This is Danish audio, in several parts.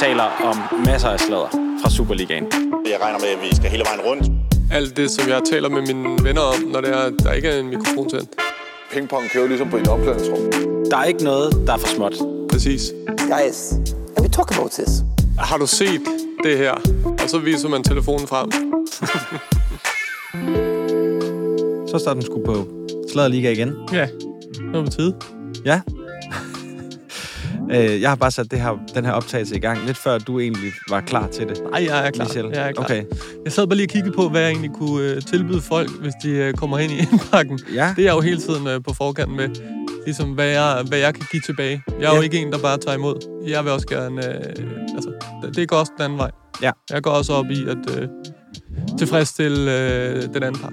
taler om masser af slader fra Superligaen. Jeg regner med, at vi skal hele vejen rundt. Alt det, som jeg taler med mine venner om, når det er, der ikke er en mikrofon til. Pingpong kører ligesom på en opklædningsrum. Der er ikke noget, der er for småt. Præcis. Guys, can we talk about this? Har du set det her? Og så viser man telefonen frem. Så starter den sgu på Sladerliga igen. Ja, nu er på tide. Ja. øh, jeg har bare sat det her, den her optagelse i gang, lidt før du egentlig var klar til det. Nej, jeg er klar. Michel. Jeg er klar. Okay. Jeg sad bare lige og kiggede på, hvad jeg egentlig kunne øh, tilbyde folk, hvis de øh, kommer ind i indpakken. Ja. Det er jeg jo hele tiden øh, på forkanten med. Ligesom, hvad jeg, hvad jeg kan give tilbage. Jeg er ja. jo Ja. ikke en, der bare tager imod. Jeg vil også gerne... Øh, altså, det, det går også den anden vej. Ja. Jeg går også op i at øh, tilfredsstille øh, den anden part.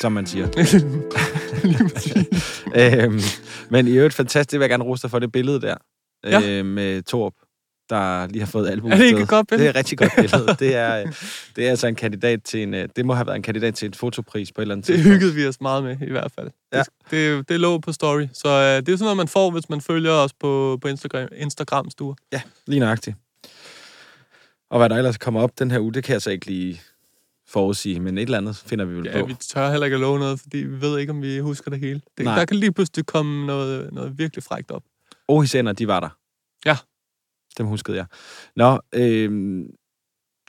Som man siger. øhm, men i øvrigt fantastisk, jeg vil jeg gerne rose dig for det billede der. Ja. Øh, med Torp, der lige har fået albu. Er det ikke et godt billede? Det er et rigtig godt billede. det, er, øh, det er altså en kandidat til en... øh, Det må have været en kandidat til en fotopris på et eller andet Det tidspunkt. hyggede vi os meget med, i hvert fald. Ja. Det, det, det lå på story. Så øh, det er sådan noget, man får, hvis man følger os på, på Instagram, Instagram-stuer. Ja, lige nøjagtigt. Og hvad der ellers kommer op den her uge, det kan jeg så ikke lige forudsige, men et eller andet finder vi vel Ja, på. vi tør heller ikke at love noget, fordi vi ved ikke, om vi husker det hele. Det, Nej. der kan lige pludselig komme noget, noget virkelig frægt op. Ohisender, de var der. Ja. Dem huskede jeg. Nå, øh,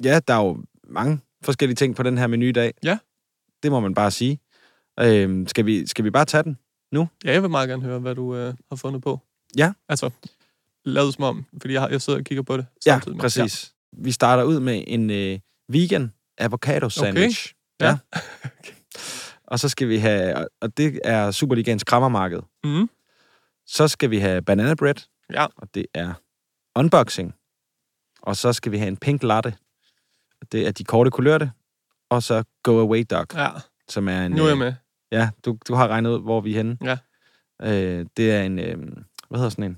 ja, der er jo mange forskellige ting på den her menu i dag. Ja. Det må man bare sige. Øh, skal, vi, skal vi bare tage den? Ja, jeg vil meget gerne høre, hvad du øh, har fundet på. Ja. Altså, lad som om, fordi jeg, har, jeg sidder og kigger på det samtidig. ja, med. præcis. Ja. Vi starter ud med en øh, vegan avocado sandwich. Ja. okay. Og så skal vi have, og- og det er Superligans krammermarked. Ja. Mm. Så skal vi have banana bread. Ja. Og det er unboxing. Og så skal vi have en pink latte. Og Det er de korte kulørte. Og så go away dog, ja, som er en... nu er jeg øh, med. Ja, du, du har regnet ud, hvor vi er henne. Ja. Øh, det er en... Øh, hvad hedder sådan en?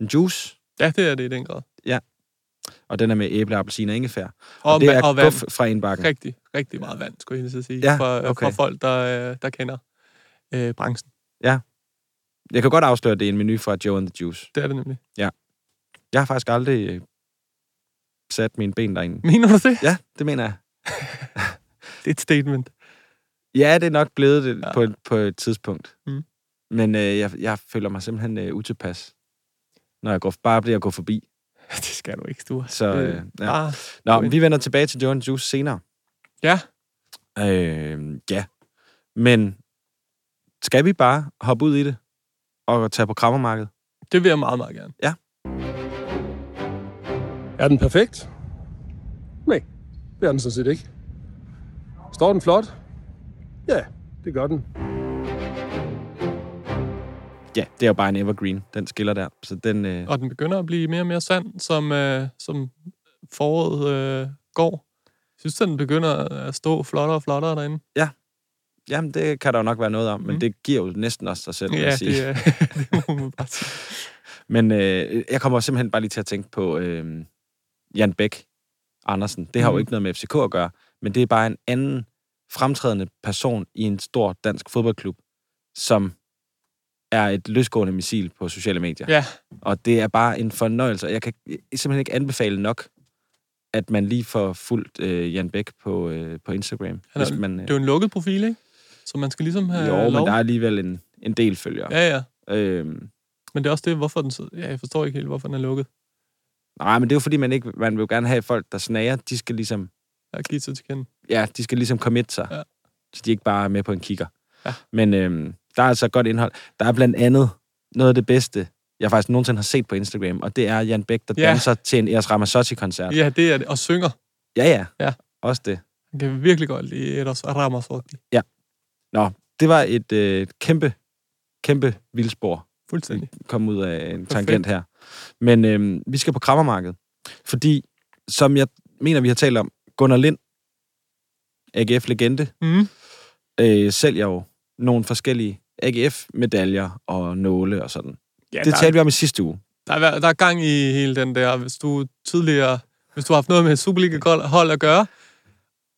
En juice. Ja, det er det i den grad. Og den er med æble, appelsin og ingefær. Og, det er og vand. guf fra en bakke. Rigtig, rigtig meget vand, skulle jeg hilse at sige, Ja, fra, øh, fra okay. folk, der, øh, der kender øh, branchen. Jeg kan godt afsløre, at det er en menu fra Joe and the Juice. Det er det nemlig. Jeg har faktisk aldrig øh, sat mine ben derinde. Mener du det? Ja, det mener jeg. Det er et statement. Ja, det er nok blevet det Ja. ja. på, et- på et tidspunkt. Mm. Mm. Men øh, jeg, jeg føler mig simpelthen øh, utilpas, når jeg går, bare bliver at gå forbi. Det skal du ikke, du. Så, øh, ja. ja. Bare, Nå, men vi vender tilbage til Joe and Juice senere. Ja. Øh, ja. Men skal vi bare hoppe ud i det og tage på krammermarkedet? det vil jeg meget, meget gerne. Er den perfekt? Nej, det er den sådan set ikke. Står den flot? Ja, det gør den. Ja, det er jo bare en evergreen, den skiller der. Så den, øh, Og den begynder at blive mere og mere sand, som, øh, som foråret øh, går. Jeg synes, den begynder at stå flottere og flottere derinde. jamen, det kan der jo nok være noget om, men Mm. det giver jo næsten også sig selv, vil Ja, jeg sige. det, øh, er, det må man bare sige. Men øh, jeg kommer simpelthen bare lige til at tænke på øh, Jan Bæk Andersen. Det har jo Mhm. ikke noget med FCK at gøre, men det er bare en anden fremtrædende person i en stor dansk fodboldklub, som er et løsgående missil på sociale medier. Ja. Og det er bare en fornøjelse, og jeg kan simpelthen ikke anbefale nok, at man lige får fuldt øh, Jan Bæk på, øh, på Instagram. Han er- hvis man, øh, Det er jo en lukket profil, ikke? Så man skal ligesom have jo, lov. men der er alligevel en, en del følgere. Ja, ja. Øhm, Men det er også det, hvorfor den sidder. Ja, jeg forstår ikke helt, hvorfor den er lukket. nej, men det er jo fordi, man, ikke, man vil jo gerne have folk, der snager. De skal ligesom Jeg har givet sig til kende. ja, de skal ligesom committe sig, Ja. ja. så de ikke bare er med på en kigger. Ja. Men øhm, der er altså godt indhold. Der er blandt andet noget af det bedste, jeg faktisk nogensinde har set på Instagram, og det er Jan Bæk, der Ja. ja. danser til en Eros Ramazzotti-koncert. Ja, det er det. Og synger. Ja, ja. Ja. Også det. Han kan virkelig godt lide Eros Ramazzotti. Det var et øh, kæmpe, kæmpe vildspor, Fuldstændig. kom ud af en Perfekt. tangent her. Men øhm, vi skal på krammermarkedet, fordi, som jeg mener, vi har talt om, Gunnar Lind, AGF-legende, Mm. øh, sælger jo nogle forskellige AGF-medaljer og nåle og sådan. Ja, Ja, det der- talte vi om i sidste uge. Der er, der er gang i hele den der, hvis du tidligere, hvis du har haft noget med Superliga-hold at gøre,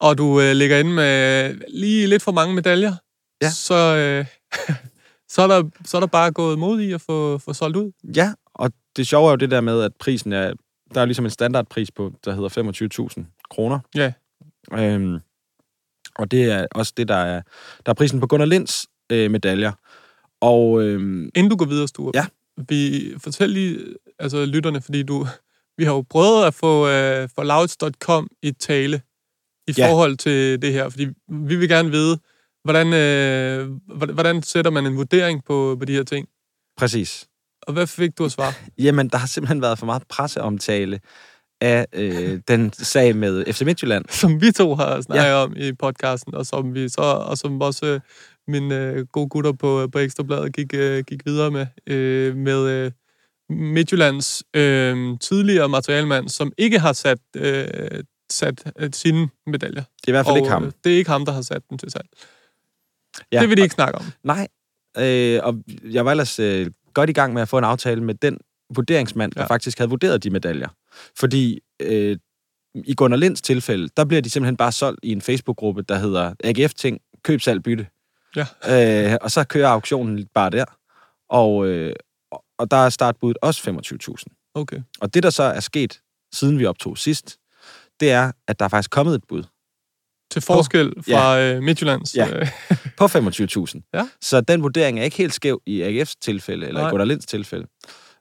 og du øh, ligger inde med lige lidt for mange medaljer, Ja. så, øh, så, er der, så er der bare gået mod i at få, få solgt ud. Ja, og det sjove er jo det der med, at prisen er... Der er ligesom en standardpris på, der hedder 25.000 kroner. Ja. Øhm, og det er også det, der er... Der er prisen på Gunnar Linds øh, medaljer. Og øhm, Inden du går videre, Sture. Ja. Vi fortæl lige altså, lytterne, fordi du, vi har jo prøvet at få øh, for louds.com i tale i Ja. forhold til det her, fordi vi vil gerne vide, hvordan, øh, hvordan- hvordan sætter man en vurdering på, på de her ting? præcis. Og hvad fik du at svare? Jamen, der har simpelthen været for meget presseomtale af øh, den sag med FC Midtjylland. som vi to har snakket ja. om i podcasten, og som, vi så, og som også øh, mine øh, gode gutter på, på Ekstrabladet gik, øh, gik videre med, øh, med øh, Midtjyllands øh, tidligere materialmand, som ikke har sat, øh, sat øh, sine medaljer. Det er i hvert fald og, ikke ham. øh, det er ikke ham, der har sat dem til salg. Ja, Ja, det vil de ikke snakke om. Nej, øh, og jeg var ellers øh, godt i gang med at få en aftale med den vurderingsmand, ja. der Ja. faktisk havde vurderet de medaljer. Fordi øh, i Gunnar Linds tilfælde, der bliver de simpelthen bare solgt i en Facebook-gruppe, der hedder AGF Ting, køb, salg, bytte. Ja. Øh, og så kører auktionen bare der. Og, øh, og- og der er startbuddet også 25.000. Okay. Og det, der så er sket, siden vi optog sidst, det er, at der er faktisk kommet et bud Til forskel fra øh, Midtjyllands. Ja. Øh, på 25.000. Ja. Så den vurdering er ikke helt skæv i AGF's tilfælde, eller Nej. Nej. i Gunnar Linds tilfælde.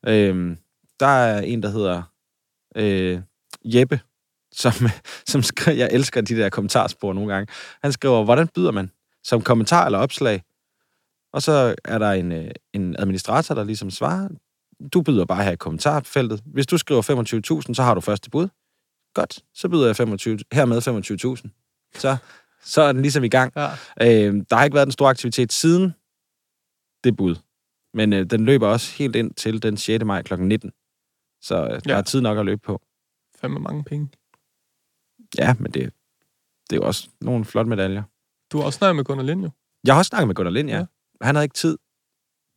Øhm, der er en, der hedder øh, Jeppe, som, som skriver, jeg elsker de der kommentarspor nogle gange. Han skriver, hvordan byder man? Som kommentar eller opslag. Og så er der en, øh, en administrator, der ligesom svarer, du byder bare her i kommentarfeltet. Hvis du skriver 25.000, så har du første bud. Godt, så byder jeg 25, hermed 25.000. Så, så er den ligesom i gang. ja. Øh, der har ikke været den store aktivitet siden det bud. Men øh, den løber også helt ind til den 6. maj kl. 19. Så øh, der Ja. er tid nok at løbe på. Fandme mange penge. Ja, men det, det er jo også nogle flotte medaljer. Du har også snakket med Gunnar Lind, jo. Jeg har også snakket med Gunnar Lind, ja. Ja. ja. Han havde ikke tid,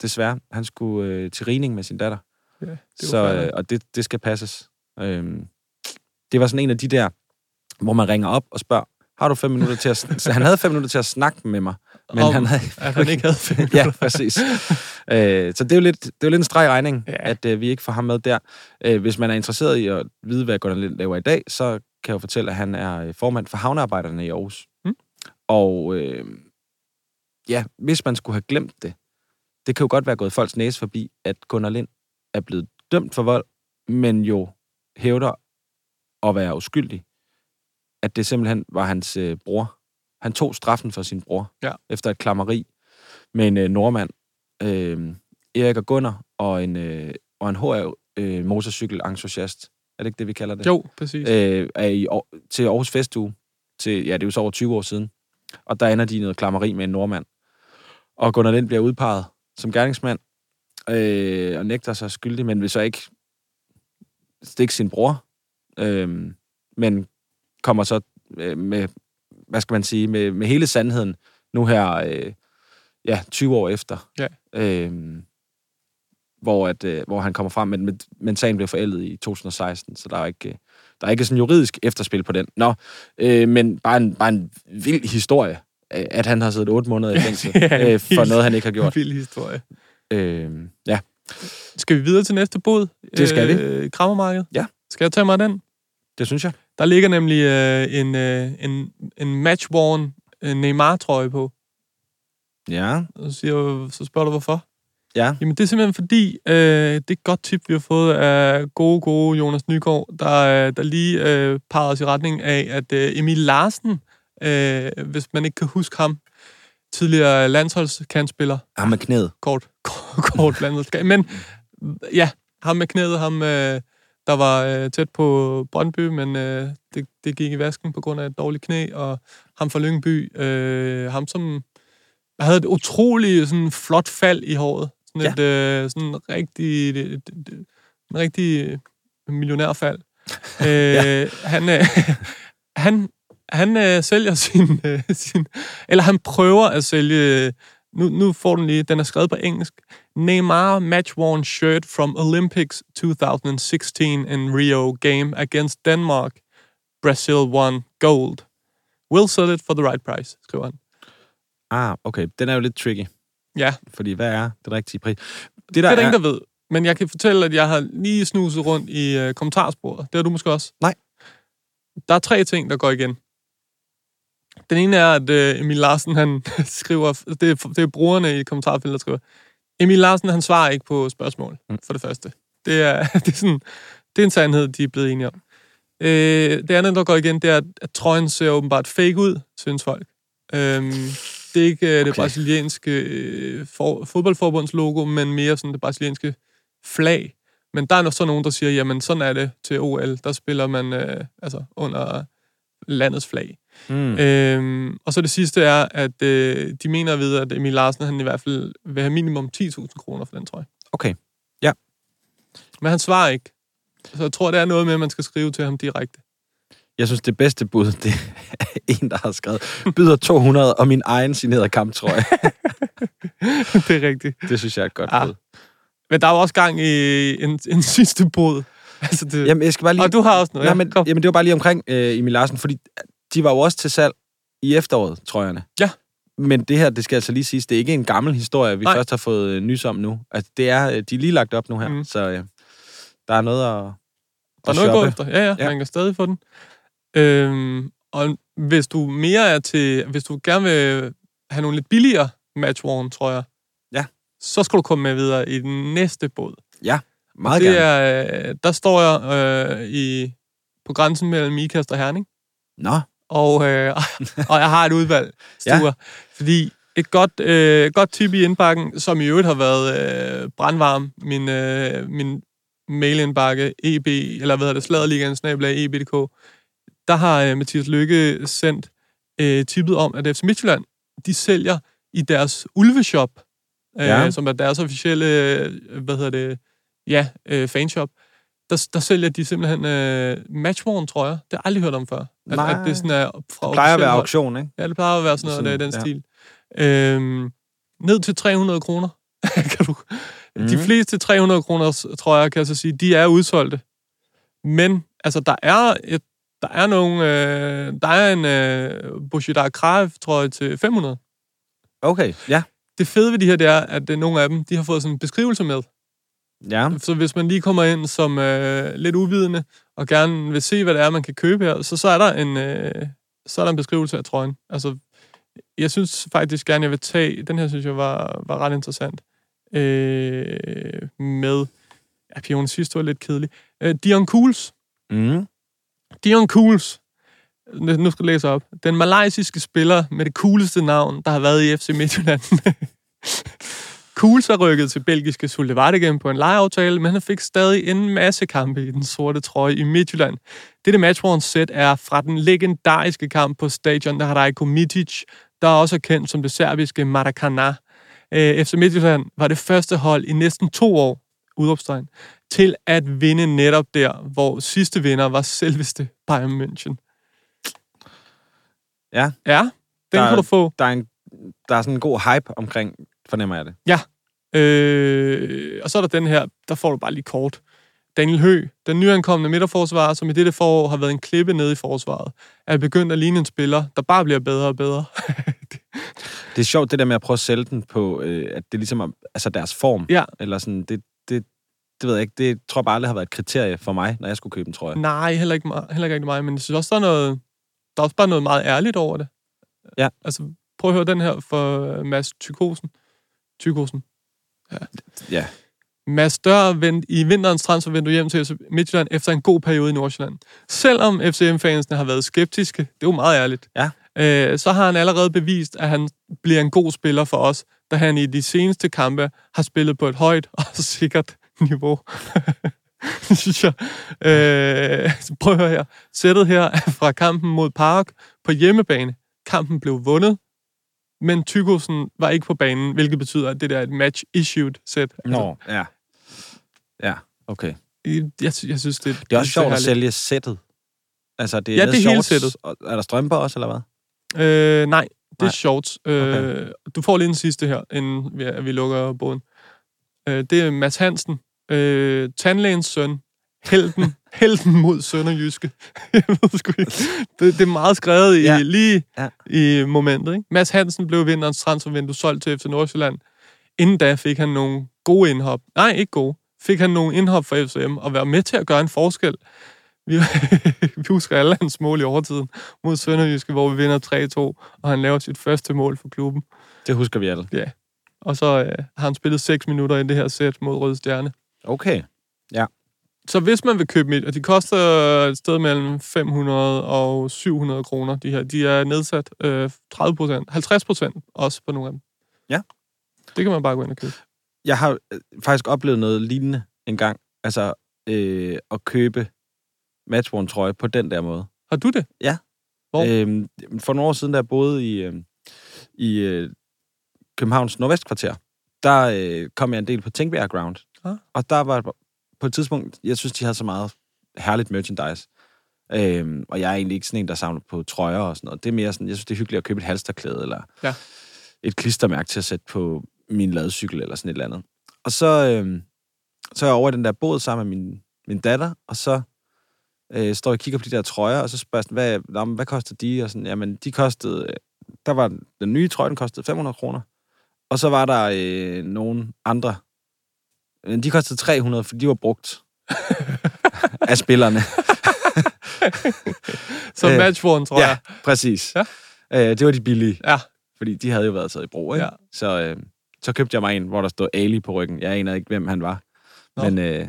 desværre. Han skulle øh, til rigning med sin datter. Ja, det er jo Så, fair nok. øh, og det, det skal passes. Øhm, det var sådan en af de der, hvor man ringer op og spørger, har du fem minutter til at... sn-" Så han havde fem minutter til at snakke med mig, men Om, han havde At han ikke havde fem ja, præcis. Øh, så det er jo lidt, det er jo lidt en streg i regningen, Ja. ja. at øh, vi ikke får ham med der. Øh, hvis man er interesseret i at vide, hvad Gunnar Lind laver i dag, så kan jeg jo fortælle, at han er øh, formand for havnearbejderne i Aarhus. Mm. Og øh, ja, hvis man skulle have glemt det, det kan jo godt være gået folks næse forbi, at Gunnar Lind er blevet dømt for vold, men jo hævder at være uskyldig. At det simpelthen var hans øh, bror. Han tog straffen for sin bror Ja. efter et klammeri med en øh, nordmand, øh, Erik og Gunnar, og en, øh, og en HR øh, motorcykelentusiast. Er det ikke det, vi kalder det? Jo, præcis. Øh, er i, Aar- til Aarhus Festuge. Til, ja, det er jo så over 20 år siden. Og der ender de i noget klammeri med en nordmand. Og Gunnar Lind bliver udpeget som gerningsmand, øh, og nægter sig skyldig, men vil så ikke stikke sin bror, øh, men kommer så øh, med, hvad skal man sige, med, med hele sandheden nu her, øh, ja, 20 år efter. Ja. Øh, hvor, at, øh, hvor han kommer frem, men, men, men sagen bliver forældet i 2016, så der er ikke, øh, der er ikke sådan juridisk efterspil på den. Nå, øh, men bare en, bare en vild historie, øh, at han har siddet otte måneder i fængsel Ja, øh, for helt- noget, han ikke har gjort. Vild historie. Øh, ja, Skal vi videre til næste bod? Det skal vi. Øh, krammermarkedet? Ja. Skal jeg tage mig af den? det synes jeg. Der ligger nemlig øh, en, øh, en, en matchworn øh, Neymar-trøje på. Ja, Og så, siger, jeg- så spørger du, hvorfor? ja. Jamen, det er simpelthen fordi, øh, det er et godt tip, vi har fået af gode, gode Jonas Nygaard, der, øh, der lige øh, parrede os i retning af, at øh, Emil Larsen, øh, hvis man ikke kan huske ham, tidligere landsholdskantspiller, Ham Ah, med knæet. kort, kort, kort landmandskab. Men ja, ham med knæet, ham øh, der var øh, tæt på Brøndby, men øh, det, det gik i vasken på grund af et dårligt knæ, og ham fra Lyngby, øh, ham som havde et utroligt sådan, flot fald i håret. Sådan et øh, sådan rigtig, et, et, et, en rigtig øh, millionærfald. Øh, Han... Øh, han han øh, sælger sin, øh, sin... Eller han prøver at sælge... Øh, nu, nu får den lige... Den er skrevet på engelsk. Neymar match-worn shirt from Olympics 2016 in Rio game against Denmark. Brazil won gold. Will sell it for the right price, skriver han. Ah, okay. Den er jo lidt tricky, Ja, fordi hvad er det rigtige pris? det er der der ingen, der ved. Men jeg kan fortælle, at jeg har lige snuset rundt i øh, kommentarsporet. Det har du måske også. Nej. Der er tre ting, der går igen. Den ene er, at øh, Emil Larsen, han skriver... Det er, det er brugerne i kommentarfeltet, der skriver. Emil Larsen, han svarer ikke på spørgsmål, mm. for det første. Det er, det, er sådan, det er en sandhed, de er blevet enige om. Øh, det andet, der går igen, det er, at- at trøjen ser åbenbart fake ud, synes folk. Øhm, det er ikke øh, okay. det brasilianske øh, for, fodboldforbunds logo, men mere sådan det brasilianske flag. Men der er nok så nogen, der siger, jamen sådan er det til OL. Der spiller man øh, altså under landets flag. Mm. Øhm, og så det sidste er, at øh, de mener at vide, at Emil Larsen han i hvert fald vil have minimum 10.000 kroner for den trøje. Okay. Ja. Men han svarer ikke. Så jeg tror, det er noget med, at man skal skrive til ham direkte. Jeg synes, det bedste bud, det er en, der har skrevet, byder 200 og min egen signerede kamptrøje. det er rigtigt. Det synes jeg er et godt Ah. bud. Men der er jo også gang i en, en sidste bod. Altså det, Jamen, jeg skal bare lige... og du har også noget. Nej, men, kom. jamen, det var bare lige omkring øh, Emil Larsen, fordi de var jo også til salg i efteråret, trøjerne. Ja. Men det her, det skal altså lige siges, det er ikke en gammel historie, vi Nej. Nej. først har fået øh, nys om nu. Altså, det er, øh, de er lige lagt op nu her, Mm. mm. så øh, der er noget at, Der er at noget at gå shoppe. efter. Ja, ja, ja, Ja. man kan stadig få den. Øhm, og hvis du mere er til... Hvis du gerne vil have nogle lidt billigere match worn, tror jeg, Ja. så skal du komme med videre i den næste båd. Meget det gerne. Er... er, øh, der står jeg øh, i, på grænsen mellem Ikast og Herning, Nå, og, øh, og jeg har et udvalg stuer. Ja. Fordi et godt, øh, godt tip i indbakken, som i øvrigt har været øh, brandvarm, min, øh, min mailindbakke, eb, eller hvad hedder det, E sladerligaen, snabel-a, eb.dk, der har øh, Mathias Lykke sendt øh, tippet om, at FC Midtjylland, de sælger i deres Ulveshop, øh, ja. Ja. som er deres officielle, øh, hvad hedder det, ja, øh, fanshop, der, der sælger de simpelthen øh, matchworn trøjer. Det har jeg aldrig hørt om før. At, Nej. at det sådan er fra det plejer at officielle være hold. auktion, ikke? Ja, det plejer at være sådan noget Sådan, der i den ja. stil. Øhm, ned til 300 kroner. kan du? Mm. De Mhm. fleste 300 kroner, tror jeg, kan jeg så sige, de er udsolgte. Men altså, der er, et, der er nogle... Øh, der er en øh, Bushidar Krav, tror jeg, til 500. Okay, ja. Det fede ved de her, det er, at øh, nogle af dem, de har fået sådan en beskrivelse med. Ja, Så hvis man lige kommer ind som øh, lidt uvidende, og gerne vil se, hvad det er, man kan købe her, så, så, er, der en, øh, så er der en beskrivelse af trøjen. Altså, jeg synes faktisk gerne, jeg vil tage... Den her synes jeg var, var ret interessant. Øh, med... Ja, Pion sidste var lidt kedelig. Øh, Dion Cools. mm. Dion Cools. Nu nu skal jeg læse op. Den malaysiske spiller med det cooleste navn, der har været i FC Midtjylland. Cools er rykket til belgiske Sulevartegem på en lejeaftale, men han fik stadig en masse kampe i den sorte trøje i Midtjylland. Dette matchworn sæt er fra den legendariske kamp på stadion Radajko Mitic, der også er kendt som det serbiske Maracana. Øh, FC Midtjylland var det første hold i næsten to år, udopstegn, til at vinde netop der, hvor sidste vinder var selveste Bayern München. Ja. Ja, den Der- kan du få. der, er en, der er sådan en god hype omkring, fornemmer jeg det. Øh, og så er der den her, der får du bare lige kort. Daniel Hø, den nyankomne midterforsvarer, som i dette forår har været en klippe nede i forsvaret, er begyndt at ligne en spiller, der bare bliver bedre og bedre. Det er sjovt, det der med at prøve at sælge den på, øh, at det ligesom er altså deres form. Ja. Eller sådan, det, det, det ved jeg ikke. Det tror jeg bare aldrig har været et kriterie for mig, når jeg skulle købe en trøje. Nej, heller ikke, mig- heller ikke rigtig mig, men jeg synes også, der er, noget, der er også bare noget meget ærligt over det. Ja. Altså, prøv at høre den her for Mads Tykosen. Tykosen. Ja. Mads Dør vendte i vinterens transfervindue hjem til FC Midtjylland efter en god periode i Nordsjælland. Selvom FCM-fansene har været skeptiske, det er jo meget ærligt, Ja. øh, så har han allerede bevist, at han bliver en god spiller for os, da han i de seneste kampe har spillet på et højt og sikkert niveau. Det synes jeg. Øh, så prøv at høre her. Sættet her er fra kampen mod Park på hjemmebane. Kampen blev vundet, men Tygosen var ikke på banen, hvilket betyder, at det der er et Altså, match-issued-sæt. Nå, ja. Ja, okay. Jeg, jeg, sy- jeg synes, det, Det er også sjovt at herligt. sælge sættet. Altså, det er, Ja, nede det er hele shorts, sættet. og- Er der strømper også, eller hvad? Øh, nej, det er Nej. shorts. Øh, okay. Du får lige en sidste her, inden vi, vi lukker båden. Øh, det er Mads Hansen, øh, tandlægens søn, helten, helten mod Sønderjyske. jeg ved sgu ikke. Det, det er meget skrevet i, ja. Ja. lige ja. Ja. i momentet. Ikke? Mads Hansen blev vinterens transfervindue solgt til FC Nordsjælland. Inden da fik han nogle gode indhop. Nej, ikke gode. fik han nogle indhop for FCM og være med til at gøre en forskel. Vi, vi husker alle hans mål i overtiden mod Sønderjyske, hvor vi vinder 3-2, og han laver sit første mål for klubben. Det husker vi alle. Og så øh, har han spillet 6 minutter i det her sæt mod Røde Stjerne. Okay. Så hvis man vil købe dem, og de koster et sted mellem 500 og 700 kroner, de her. De er nedsat øh, 30 procent, 50 procent også på nogle af dem. Ja. Det kan man bare gå ind og købe. Jeg har øh, faktisk oplevet noget lignende en gang. Altså, øh, at købe matchworn trøje på den der måde. Har du det? Hvor? Øhm, for nogle år siden, da jeg boede i, øhm, i øh, Københavns Nordvestkvarter, der øh, kom jeg en del på Tænkbjerg Ground. Ah. Og der var på et tidspunkt, jeg synes, de havde så meget herligt merchandise. Øhm, og jeg er egentlig ikke sådan en, der samler på trøjer og sådan noget. Det er mere sådan, jeg synes, det er hyggeligt at købe et halsterklæde eller Ja. et klistermærke til at sætte på min ladecykel eller sådan et eller andet. Og så, øhm, så er jeg over i den der båd sammen med min, min datter, og så øh, står jeg og kigger på de der trøjer, og så spørger jeg, sådan, hvad, nå, men hvad koster de? Og sådan, jamen, de kostede, øh, der var den nye trøje, den kostede 500 kroner. Og så var der øh, nogle andre. Men de kostede 300, fordi de var brugt af spillerne. Så Øh, matchworn, tror jeg. præcis. Ja. Øh, det var de billige, Ja. fordi de havde jo været taget i brug. Ikke? Ja. Så, øh, så købte jeg mig en, hvor der stod Ali på ryggen. Jeg anede ikke, hvem han var. Nå. Men øh,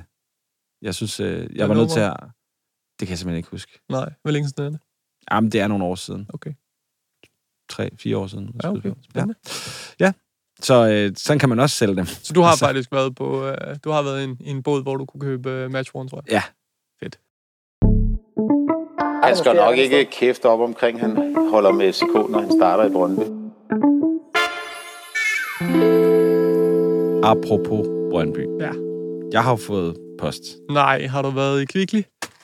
jeg synes, øh, Hvad jeg var nødt nummer? til at... Det kan jeg simpelthen ikke huske. Nej, hvor længe siden er det? Jamen, det er nogle år siden. Okay. Tre, fire år siden. Ja, okay. Ja. Spændende. Ja. Så øh, sådan kan man også sælge dem. Så du har Altså- faktisk været på, øh, du har været i en, i en båd, hvor du kunne købe øh, matchworn, tror jeg. Ja. Han skal nok ikke kæfte op omkring, han holder med FCK, når han starter i Brøndby. Apropos Brøndby. Ja. Jeg har jo fået post. Nej, har du været i Kvickly?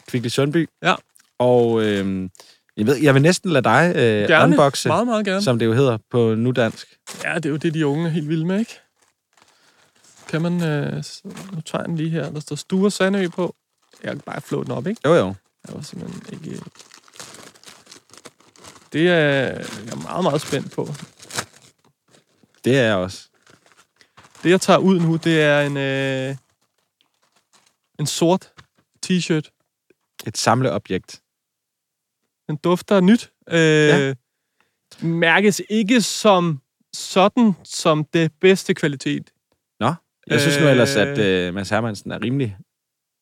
Kvickly Sundby. Ja. Og øh, jeg, ved, jeg vil næsten lade dig øh, Gerne. unboxe, Meget, meget gerne. som det jo hedder på nu dansk. Ja, det er jo det, de unge er helt vilde med, ikke? Kan man... Øh, s- nu tager jeg den lige her. Der står Sture Sandø på. Jeg kan bare flå den op, ikke? Jo, jo. Jeg var simpelthen ikke... øh. Det er jeg er meget, meget spændt på. Det er jeg også. Det, jeg tager ud nu, det er en, øh, en sort t-shirt. Et samleobjekt. Den dufter af nyt. Øh, ja. Ja. Mærkes ikke som sådan, som det bedste kvalitet. Jeg synes nu Øh. ellers, at øh, Mads Hermansen er rimelig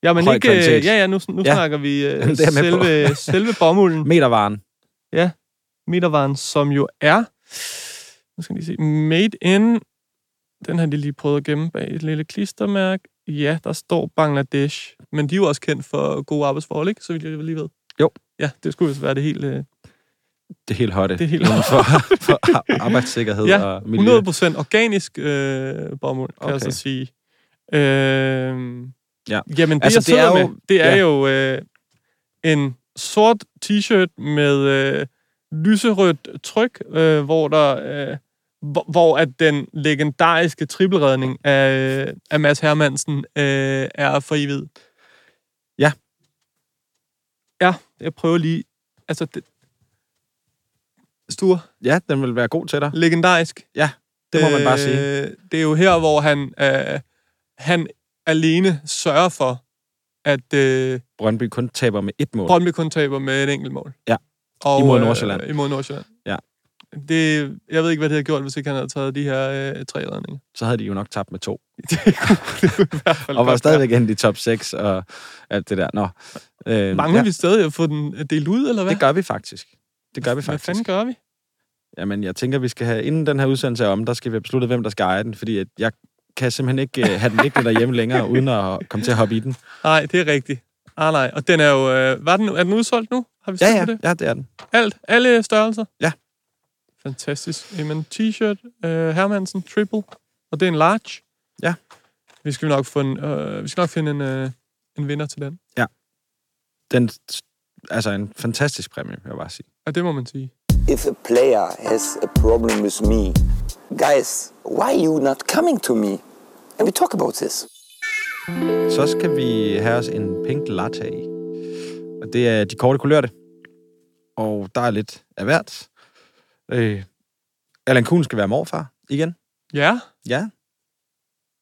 Ja, men Høj ikke... Øh, kvalitet. ja, ja, nu, nu ja. Ja. snakker vi øh, Jamen, det er jeg med på. selve, selve bomulden. metervaren. metervaren, som jo er, nu skal jeg lige se, made in, den har de lige prøvet at gemme bag et lille klistermærke. Ja, der står Bangladesh, men de er jo også kendt for gode arbejdsforhold, ikke? Så vidt jeg lige ved. Jo. Ja, det skulle jo være det helt, øh, Det er helt hotte. det helt For, for arbejdssikkerhed Ja, og miljø. 100% organisk øh, bomuld, kan okay. jeg så Okay. sige. Øh, ja. Jamen, det Altså, altså, jeg sidder det er jo, med, det er ja. jo øh, en sort t-shirt med øh, lyserødt tryk, øh, hvor der... Øh, hvor- hvor at den legendariske tripleredning af, øh, af Mads Hermansen øh, er for evigt. Ja. Ja, jeg prøver lige... Altså, det, Sture, Ja, den vil være god til dig. legendarisk. Det må man bare sige. Øh, Det er jo her, hvor han, øh, han alene sørger for, at øh, Brøndby kun taber med et mål. Brøndby kun taber med et enkelt mål. Ja. Og, Imod øh, Nordsjælland. imod Nordsjælland. Ja. Det, jeg ved ikke, hvad det havde gjort, hvis ikke han havde taget de her øh, tre redninger. Så havde de jo nok tabt med to. Det kunne, det kunne i hvert fald Og var godt stadigvæk endt i top 6 og alt det der. Nå. Øh, være. Mangler ja. vi stadig at få den øh, delt ud, eller hvad? Det gør vi faktisk. Det gør vi Hvad faktisk. fanden gør vi? Jamen, jeg tænker, vi skal have, inden den her udsendelse er om, der skal vi have besluttet, hvem der skal eje den, fordi at jeg kan simpelthen ikke øh, have den liggende derhjemme længere, uden at komme til at hoppe i den. Nej, det er rigtigt. Ah, nej. Og den er jo... Øh, var den, er den udsolgt nu? Har vi Ja, styr på ja, det? ja, det er den. Alt, alle størrelser? Ja. Fantastisk. Jamen, t-shirt, øh, Hermansen, triple, og det er en large. Ja. Vi skal nok, få en, øh, vi skal nok finde en, øh, en vinder til den. Den, altså en fantastisk præmie, vil jeg bare sige. Ja, det må man sige. If a player has a problem with me, guys, why you not coming to me? And we talk about this. Så skal vi have os en pink latte. Og det er de korte kulørte. Og der er lidt af hvert. Øh, Allan Kuhn skal være morfar igen. Ja, Ja.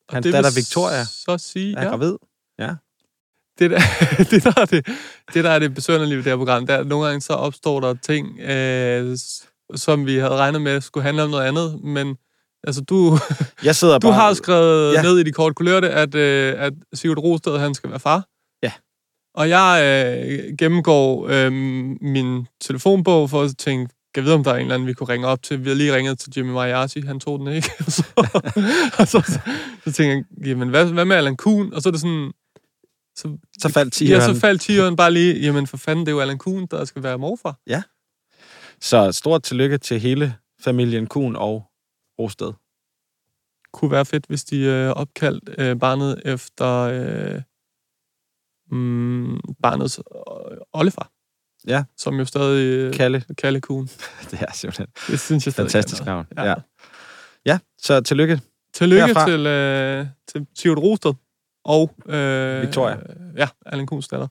Og Hans det vil datter Victoria så sige, er ja. gravid. det, der, det, der er det, det, der er det besønderlige ved det her program, det er, at nogle gange så opstår der ting, øh, s- som vi havde regnet med skulle handle om noget andet, men altså, du, Jeg sidder du bare... har skrevet ja. Ja. ned i de kort kulørte, at, øh, at Sigurd Rosted, han skal være far. Ja. Og jeg øh, gennemgår øh, min telefonbog for at tænke, jeg ved, om der er en eller anden, vi kunne ringe op til. Vi har lige ringet til Jimmy Mariachi, han tog den ikke. Og så, og så, så, så tænker jeg, jamen, hvad, hvad med Alan Kuhn? Og så er det sådan, så Så faldt Ja, tigeren. så faldt tigeren bare lige, jamen for fanden, det er jo Allan Kuhn, der skal være morfar. Så stort tillykke til hele familien Kuhn og Rosted. Kunne være fedt, hvis de øh, opkaldt øh, barnet efter øh, mm, barnets øh, oldefar. Ja. Som jo stadig øh, Kalle, Kalle Kuhn. det er simpelthen et Det synes jeg stadig fantastisk er noget. navn. Ja. Ja. ja. ja, så tillykke. Tillykke Herfra. til, øh, til Sivert Rosted og øh, Victoria. Øh, ja, Allan Kuhns datter.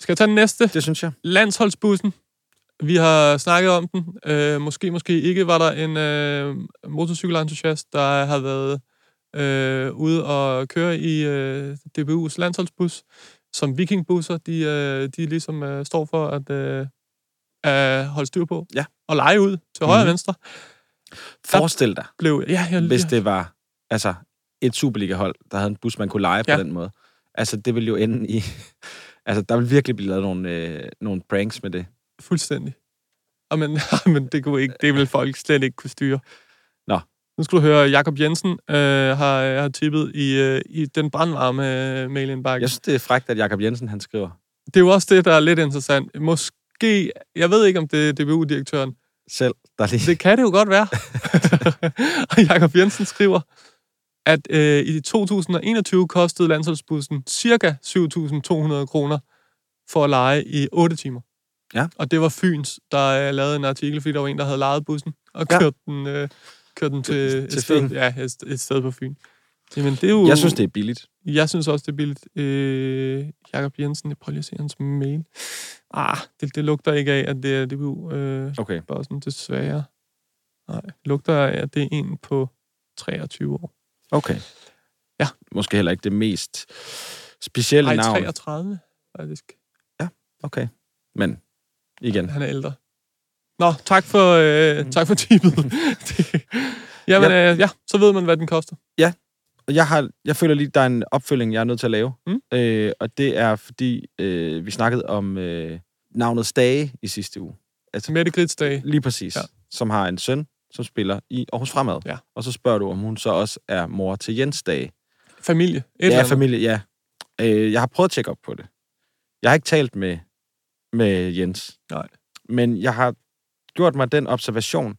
Skal jeg tage den næste? Det synes jeg. Landsholdsbussen. Vi har snakket om den. Øh, måske, måske ikke var der en øh, motorcykelentusiast, der har været øh, ude og køre i øh, DBU's landsholdsbus, som vikingbusser, de, øh, de ligesom øh, står for at øh, øh, holde styr på. Ja. Og lege ud til højre og Mhm. venstre. Forestil dig, Blev, ja, jeg, hvis det var altså, et Superliga-hold, der havde en bus, man kunne lege på Ja. ja. den måde. Altså, det ville jo ende i... Altså, der ville virkelig blive lavet nogle, øh, nogle pranks med det. Fuldstændig. Og men, men det, kunne ikke, det ville folk slet ikke kunne styre. Nå. Nu skal du høre, Jakob Jensen øh, har, har tippet i, øh, i den brandvarme øh, mailindbakke. Jeg synes, det er frækt, at Jakob Jensen, han skriver. Det er jo også det, der er lidt interessant. Måske, jeg ved ikke, om det er DBU-direktøren. selv, der lige... Det kan det jo godt være. og Jakob Jensen skriver, at øh, i 2021 kostede landsholdsbussen ca. 7.200 kroner for at lege i 8 timer. Ja. Og det var Fyns, der øh, lavede en artikel, fordi der var en, der havde lejet bussen og Ja. kørt den, øh, kørt den til, Til- til et, sted, Fyn. ja, et, et sted på Fyn. Jamen, det er jo... Jeg synes, det er billigt. Jeg synes også, det er billigt. Øh, Jakob Jensen, jeg prøver lige at se hans mail. Ah, det, det lugter ikke af, at det er DBU øh, Okay. børsen, desværre. Nej, det lugter af, at det er en på 23 år. Okay. Ja. Måske heller ikke det mest specielle Nej, navn. 33 faktisk. Okay. Men igen, Han er ældre. Nå, tak for, Mm. øh, tak for tippet. Det- Jamen, øh, ja, så ved man, hvad den koster. Og jeg, har, jeg føler lige, der er en opfølging, jeg er nødt til at lave. Mm. Øh, og det er, fordi øh, vi snakkede om øh, navnet Stage i sidste uge. Til Mette Gritsdag. Lige præcis. Ja. Ja. Som har en søn, som spiller i Aarhus Fremad. Ja. Og så spørger du, om hun så også er mor til Jens Stage. Familie. Et eller ja, andet. familie, ja. Øh, jeg har prøvet at tjekke op på det. Jeg har ikke talt med, med Jens. Nej. Men jeg har gjort mig den observation,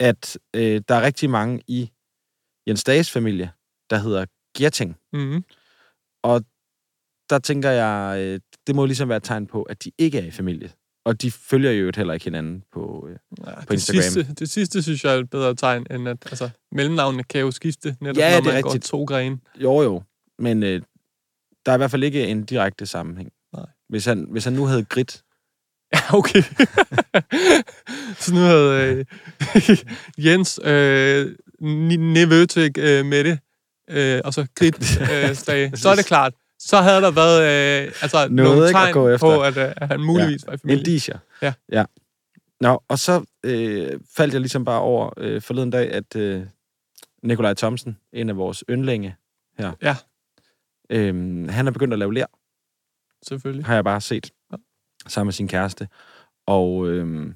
at øh, der er rigtig mange i Jens Dages familie, der hedder Gjerting. Mm-hmm. Der tænker jeg, øh, det må ligesom være et tegn på, at de ikke er i familie. Og de følger jo heller ikke hinanden på... Øh. Ja, det, Instagram. sidste, det sidste, synes jeg, er et bedre tegn, end at altså, mellemnavnene kan jo skifte, netop Ja, når det er man går rigtigt. to grene. Jo, jo. Men øh, der er i hvert fald ikke en direkte sammenhæng. Nej. Hvis han, hvis han nu havde grit, Ja, okay. Sådan noget øh, Jens, øh, ni- nevø til øh, Mette, øh, og så Grit øh, Stage. Så er det klart. Så havde der været øh, altså, nogle ikke at tegn gå efter. på, at, øh, at han muligvis ja. var i familie. Indicier. Ja. ja. Nå, og så øh, faldt jeg ligesom bare over øh, forleden dag, at øh, Nikolaj Thomsen, en af vores yndlinge her, Ja. øhm, han er begyndt at lave lær, Selvfølgelig. har jeg bare set, sammen med sin kæreste. Og øhm,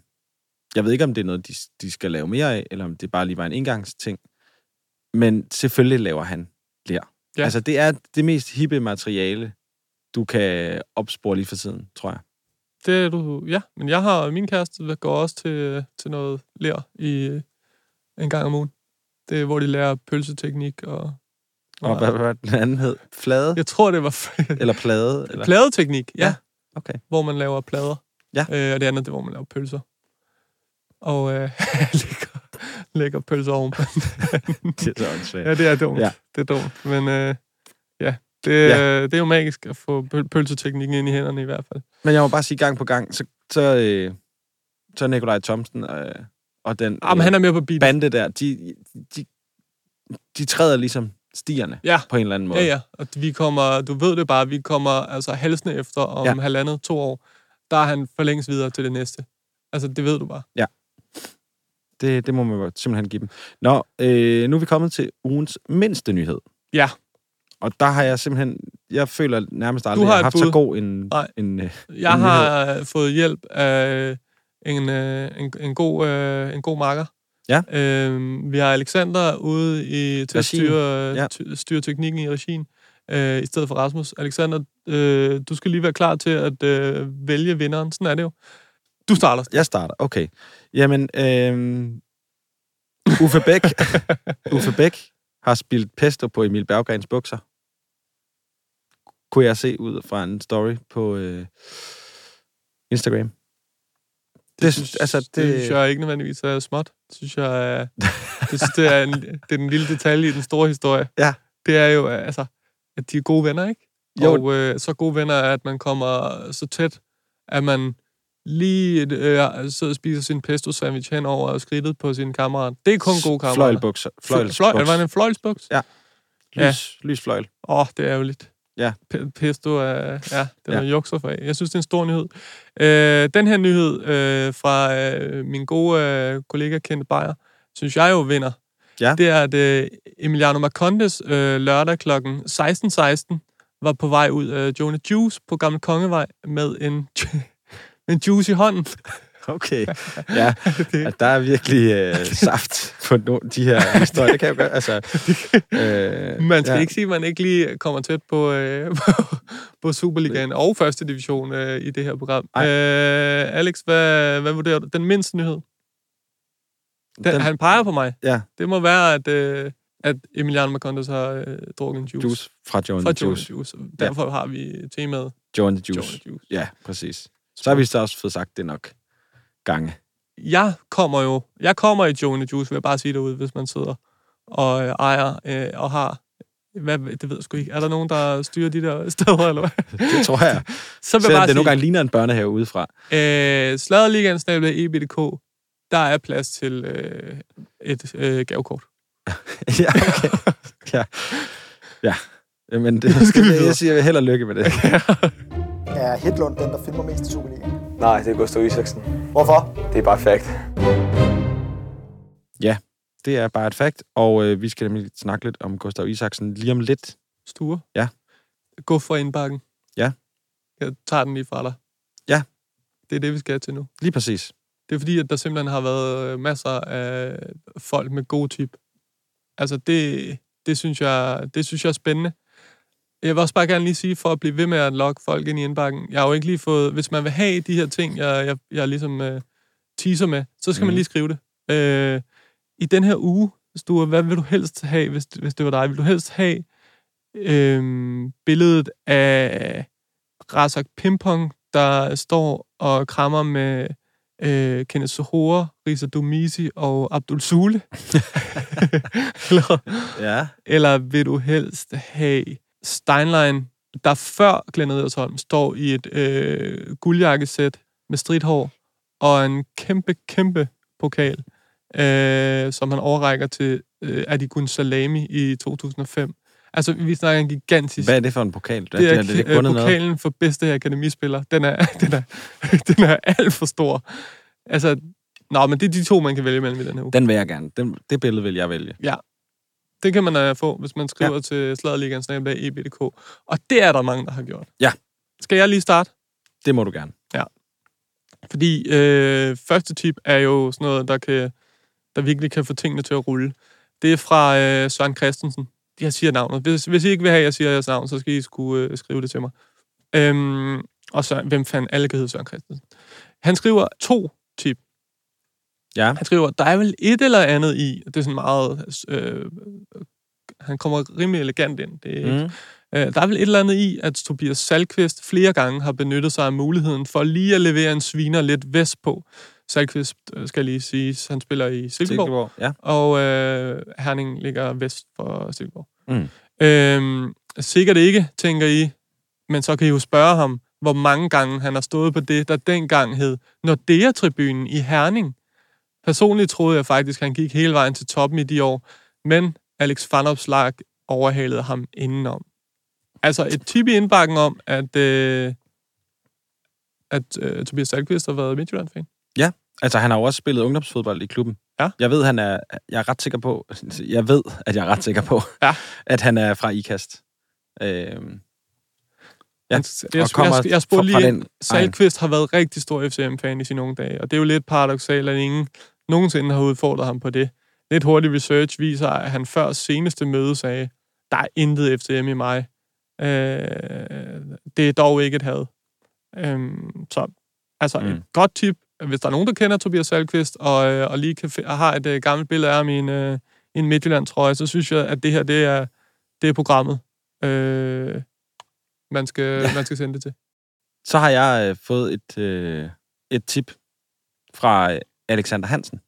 jeg ved ikke, om det er noget, de, de skal lave mere af, eller om det bare lige var en engangsting. Men selvfølgelig laver han lær. Ja. Altså, det er det mest hippe materiale, du kan opspore lige for tiden, tror jeg. Det er du, ja, men jeg har min kæreste, der går også til, øh, til noget lær i, øh, en gang om ugen. Det er, hvor de lærer pølseteknik og... Og hvad var den anden hed? Flade? Jeg tror, det var... Eller plade? Eller? Pladeteknik, ja. Ja, okay. Hvor man laver plader. Ja. Øh, og det andet, det er, hvor man laver pølser. Og øh, lægger, lægger pølser oven. Det er så åndssvagt. ja, det er dumt. Ja. Ja. Det er dumt. Men øh, ja, det, ja. Øh, det er jo magisk at få pøl- pølseteknikken ind i hænderne i hvert fald. Men jeg må bare sige gang på gang, så, så, øh, så Nikolaj Thomsen øh, og den Ah, men han er mere på beat. bande der, de, de, de træder ligesom stierne Ja. på en eller anden måde. Ja, ja. Og vi kommer, du ved det bare, vi kommer altså halsende efter om Ja. ja. halvandet, to år. Der er han forlænges videre til det næste. Altså, det ved du bare. Det, det må man jo simpelthen give dem. Nå, øh, nu er vi kommet til ugens mindste nyhed. Ja, Og der har jeg simpelthen... Jeg føler nærmest aldrig, har jeg har et haft så bud. god en... Nej. en øh, jeg En har øh, fået hjælp af en, øh, en, en, god, øh, en god marker. Ja. Øhm, vi har Alexander ude i, til at Regien. styre, Ja. ja. ty, styre teknikken i regien, øh, i stedet for Rasmus. Alexander, øh, du skal lige være klar til at øh, vælge vinderen. Sådan er det jo. Du starter. jeg starter, okay. Jamen, øh, Uffe Bæk... Uffe Bæk har spildt pesto på Emil Berggrens bukser. Kunne jeg se ud fra en story på øh, Instagram. Det, synes, altså, det, det synes jeg ikke nødvendigvis er småt. Det synes jeg er, det, synes, det, er en, det er den lille detalje i den store historie. Ja. Det er jo, altså, at de er gode venner, ikke? Jo. Og øh, så gode venner er, at man kommer så tæt, at man lige øh, sidder og spiser sin pesto sandwich hen over skridtet på sin kammerat. Det er kun gode kammerater. Fløjlbukser. Fløj, fløj, er det Fløjlsbuks. en fløjlsbuks? Ja. Lys, ja. Lysfløjl. Åh, oh, det er ærgerligt. Ja. P- Pesto er, ja, det er Ja. ja. noget jukser for. Jeg synes, det er en stor nyhed. Øh, den her nyhed øh, fra øh, min gode øh, kollega Kent Beyer, synes jeg jo vinder. Ja. Det er, at øh, Emiliano Marcondes øh, lørdag kl. 16.16 var på vej ud af Jonah Juice på Gamle Kongevej med en, en juice i hånden. Okay. Ja, at der er virkelig øh, saft på no, de her historier. Det kan jeg jo godt. Altså, øh, Man skal ja. ja. ikke sige, at man ikke lige kommer tæt på, øh, på, på Superligaen og første division øh, i det her program. Ej. Øh, Alex, hvad, hvad vurderer du? Den mindste nyhed? Den, Den- den, han peger på mig. Ja. Det må være, at, øh, at Emiliano Marcondes har øh, drukket en juice. Juice fra John Fra Fra Jones Juice. Juice. Derfor har vi temaet John the Jones Juice. Juice. Ja, præcis. Så har vi så også fået sagt det nok gange. jeg kommer jo, jeg kommer i Joe and the Juice, vil jeg bare sige derude, hvis man sidder og øh, ejer øh, og har, hvad, det ved jeg sgu ikke, er der nogen, der styrer de der steder, eller hvad? Det tror jeg. Så vil jeg Selvom bare det sige, nogle gange ligner en børnehave udefra. øh, E sladderligaen snabel-a EBDK, der er plads til øh, et øh, gavekort. ja, okay. Ja. ja. Jamen, det, skal vi det, videre. jeg siger held og lykke med det. Er Hedlund den, der filmer mest i Superligaen? Nej, det er Gustav Isaksen. Hvorfor? Det er bare fact. Det er bare et fakt, og øh, vi skal nemlig snakke lidt om Gustav Isaksen lige om lidt. Sture? Ja. Gå for indbakken. Ja. Jeg tager den lige fra dig. Ja. Det er det, vi skal til nu. Lige præcis. Det er fordi, at der simpelthen har været øh, masser af folk med gode tip. Altså, det, det, synes jeg, det synes jeg er spændende. Jeg vil også bare gerne lige sige, for at blive ved med at lokke folk ind i indbakken, jeg har jo ikke lige fået... Hvis man vil have de her ting, jeg, jeg, jeg ligesom øh, teaser med, så skal mm. Mhm. man lige skrive det. Øh, I den her uge, Sture, hvad vil du helst have, hvis, hvis det var dig? Vil du helst have øh, billedet af Razak Pimpong, der står og krammer med øh, Kenneth Sohora, Risa Domisi og Abdul Sule? eller, Ja. eller vil du helst have Steinlein, der før Glenn Edersholm står i et øh, guldjakkesæt med stridthår og en kæmpe, kæmpe pokal, øh, som han overrækker til øh, Adigun Salami i 2005. Altså, vi snakker en gigantisk Hvad er det for en pokal? Det det er, øh, lidt det er bundet noget. pokalen for bedste akademispiller. Den er, den, er, den er alt for stor. Altså, nå, men det er de to, man kan vælge mellem i den her uge. Den vil jeg gerne. Den, det billede vil jeg vælge. Det kan man uh, få, hvis man skriver ja. til sladerligaen snabel-a e EBDK. Og det er der mange, der har gjort. Ja. Skal jeg lige starte? Det må du gerne. Fordi øh, første tip er jo sådan noget, der, kan, der virkelig kan få tingene til at rulle. Det er fra øh, Søren Christensen. Jeg siger navnet. Hvis, hvis I ikke vil have, at jeg siger jeres navn, så skal I skulle øh, skrive det til mig. Øhm, og Søren, hvem fanden alle kan hedde Søren Christensen? Han skriver to tip. Ja. Han skriver, der er vel et eller andet i, det er sådan meget... Øh, han kommer rimelig elegant ind. Det er ikke, Mm. Øh, Der er vel et eller andet i, at Tobias Salkvist flere gange har benyttet sig af muligheden for lige at levere en sviner lidt vest på. Salkvist, øh, skal lige sige, han spiller i Silkeborg, Silkeborg. Ja. og øh, Herning ligger vest for Silkeborg. Mm. Øhm, sikkert ikke, tænker I, men så kan I jo spørge ham, hvor mange gange han har stået på det, der dengang hed Nordea-tribunen i Herning. Personligt troede jeg faktisk, han gik hele vejen til toppen i de år, men Alex Van Opslark overhalede ham indenom. Altså et tip i indbakken om, at, øh, at øh, Tobias Dahlqvist har været Midtjylland-fan. Altså, han har jo også spillet ungdomsfodbold i klubben. Ja. Jeg ved, han er... Jeg er ret sikker på... Jeg ved, at jeg er ret sikker på, Ja. at han er fra IKAST. Øhm, ja, Han- jeg- jeg- jeg- jeg spurgte fra lige den egen. Salkvist har været rigtig stor FCM-fan i sine unge dage, og det er jo lidt paradoxalt, at ingen nogensinde har udfordret ham på det. Lidt hurtig research viser, at han før seneste møde sagde, der er intet FCM i mig. Øh, det er dog ikke et had. Øh, så altså mm. Mm. et godt tip, hvis der er nogen, der kender Tobias Salkvist, og, øh, og lige kan, fi- har et øh, gammelt billede af ham i en, øh, i en Midtjylland-trøje, så synes jeg, at det her, det er, det er programmet. Øh, man skal, ja. man skal sende det til. Så har jeg øh, fået et, øh, et tip fra øh, Alexander Hansen.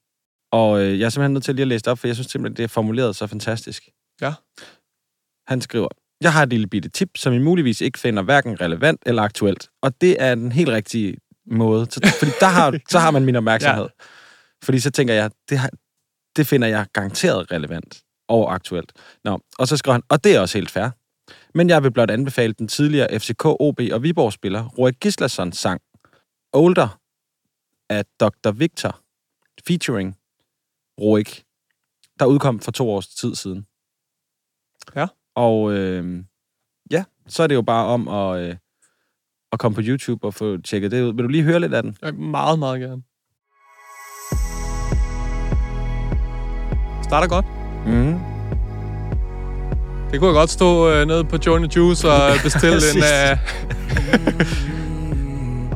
Og øh, jeg er simpelthen nødt til lige at læse det op, for jeg synes simpelthen, det er formuleret så fantastisk. Ja. Han skriver, jeg har et lille bitte tip, som I muligvis ikke finder hverken relevant eller aktuelt. Og det er den helt rigtige måde. Så, fordi der har, så har man min opmærksomhed. Ja. Fordi så tænker jeg, det, har, det finder jeg garanteret relevant og aktuelt. Nå, og så skriver han, og det er også helt fair. Men jeg vil blot anbefale den tidligere FCK, OB og Viborg-spiller Roy Gislason sang Older af Dr. Victor featuring Roik, der udkom for to års tid siden. Ja. Og øh, ja, så er det jo bare om at, øh, at komme på YouTube og få tjekket det ud. Vil du lige høre lidt af den? Jeg vil meget, meget gerne. Starter godt. Mm. Det kunne jeg godt stå øh, nede på Johnny Juice og øh, bestille en... Præcis. Øh...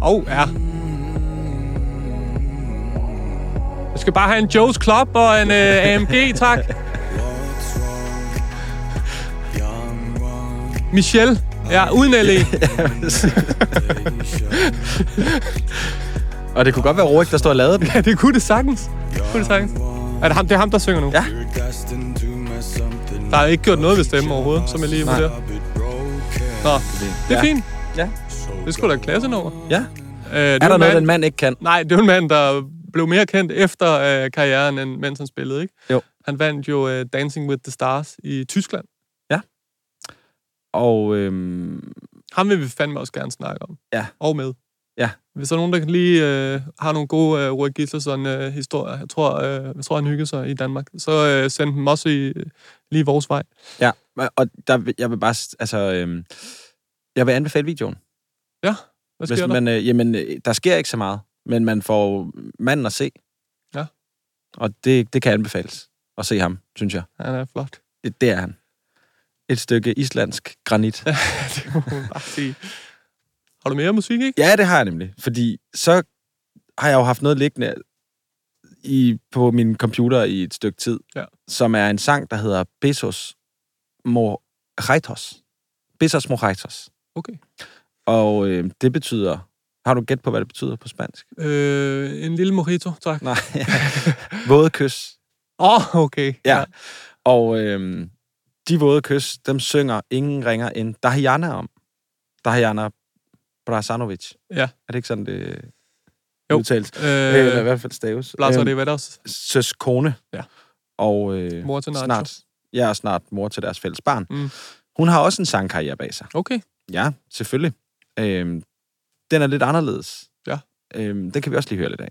oh, ja. Jeg skal bare have en Joe's Club og en øh, AMG, tak. Michel. Ja, uden E. LE. Og det kunne godt være Roik, der står og lavede den. Ja, det kunne det sagtens. Det kunne det sagtens. Er det ham, det er ham, der synger nu? Ja. Der er ikke gjort noget ved stemmen overhovedet, som jeg lige vurderer. Nå, det er Ja. fint. Ja. Det skulle da et klassenummer. Ja. Øh, det Er jo der en noget, mand- den mand ikke kan? Nej, det er jo en mand, der blev mere kendt efter øh, karrieren, end mens han spillede, ikke? Jo. Han vandt jo øh, Dancing with the Stars i Tyskland. Og øhm, Ham vil vi fandme også gerne snakke om. Ja. Og med. Ja. Hvis der er nogen, der kan lige øh, har nogle gode øh, Roy Gislason-historier, øh, historier, jeg, tror, øh, jeg tror, han hyggede sig i Danmark, så øh, send dem også i, lige vores vej. Ja, og der, vil- jeg vil bare, s- altså, øhm, jeg vil anbefale videoen. Ja, hvad sker Hvis der? man, øh, jamen, øh, der sker ikke så meget, men man får manden at se. Ja. Og det, det kan anbefales at se ham, synes jeg. Han er flot. Det, det er han. Et stykke islandsk granit. det må man bare sige. Har du mere musik, ikke? Ja, det har jeg nemlig, fordi så har jeg jo haft noget liggende i, på min computer i et stykke tid, Ja. som er en sang, der hedder Bezos Moraitos. Bezos Moraitos. Okay. Og øh, det betyder... Har du gæt på, hvad det betyder på spansk? Øh, en lille mojito, tak. Nej. våde kys. Åh, oh, okay. Ja. ja. Og øh, de våde kys, dem synger ingen ringer end Dahiana om. Dahiana Brazanovic. Ja. Er det ikke sådan, det Jo. udtales? Øh, Eller i Øh, hvert fald staves. Blaser Øhm, det hvad der også? Søs kone. Ja. Og øh, Mor til Nacho. snart, ja, og snart mor til deres fælles barn. Mm. Hun har også en sangkarriere bag sig. Okay. Ja, selvfølgelig. Øhm, den er lidt anderledes. Ja. Øhm, den kan vi også lige høre lidt af.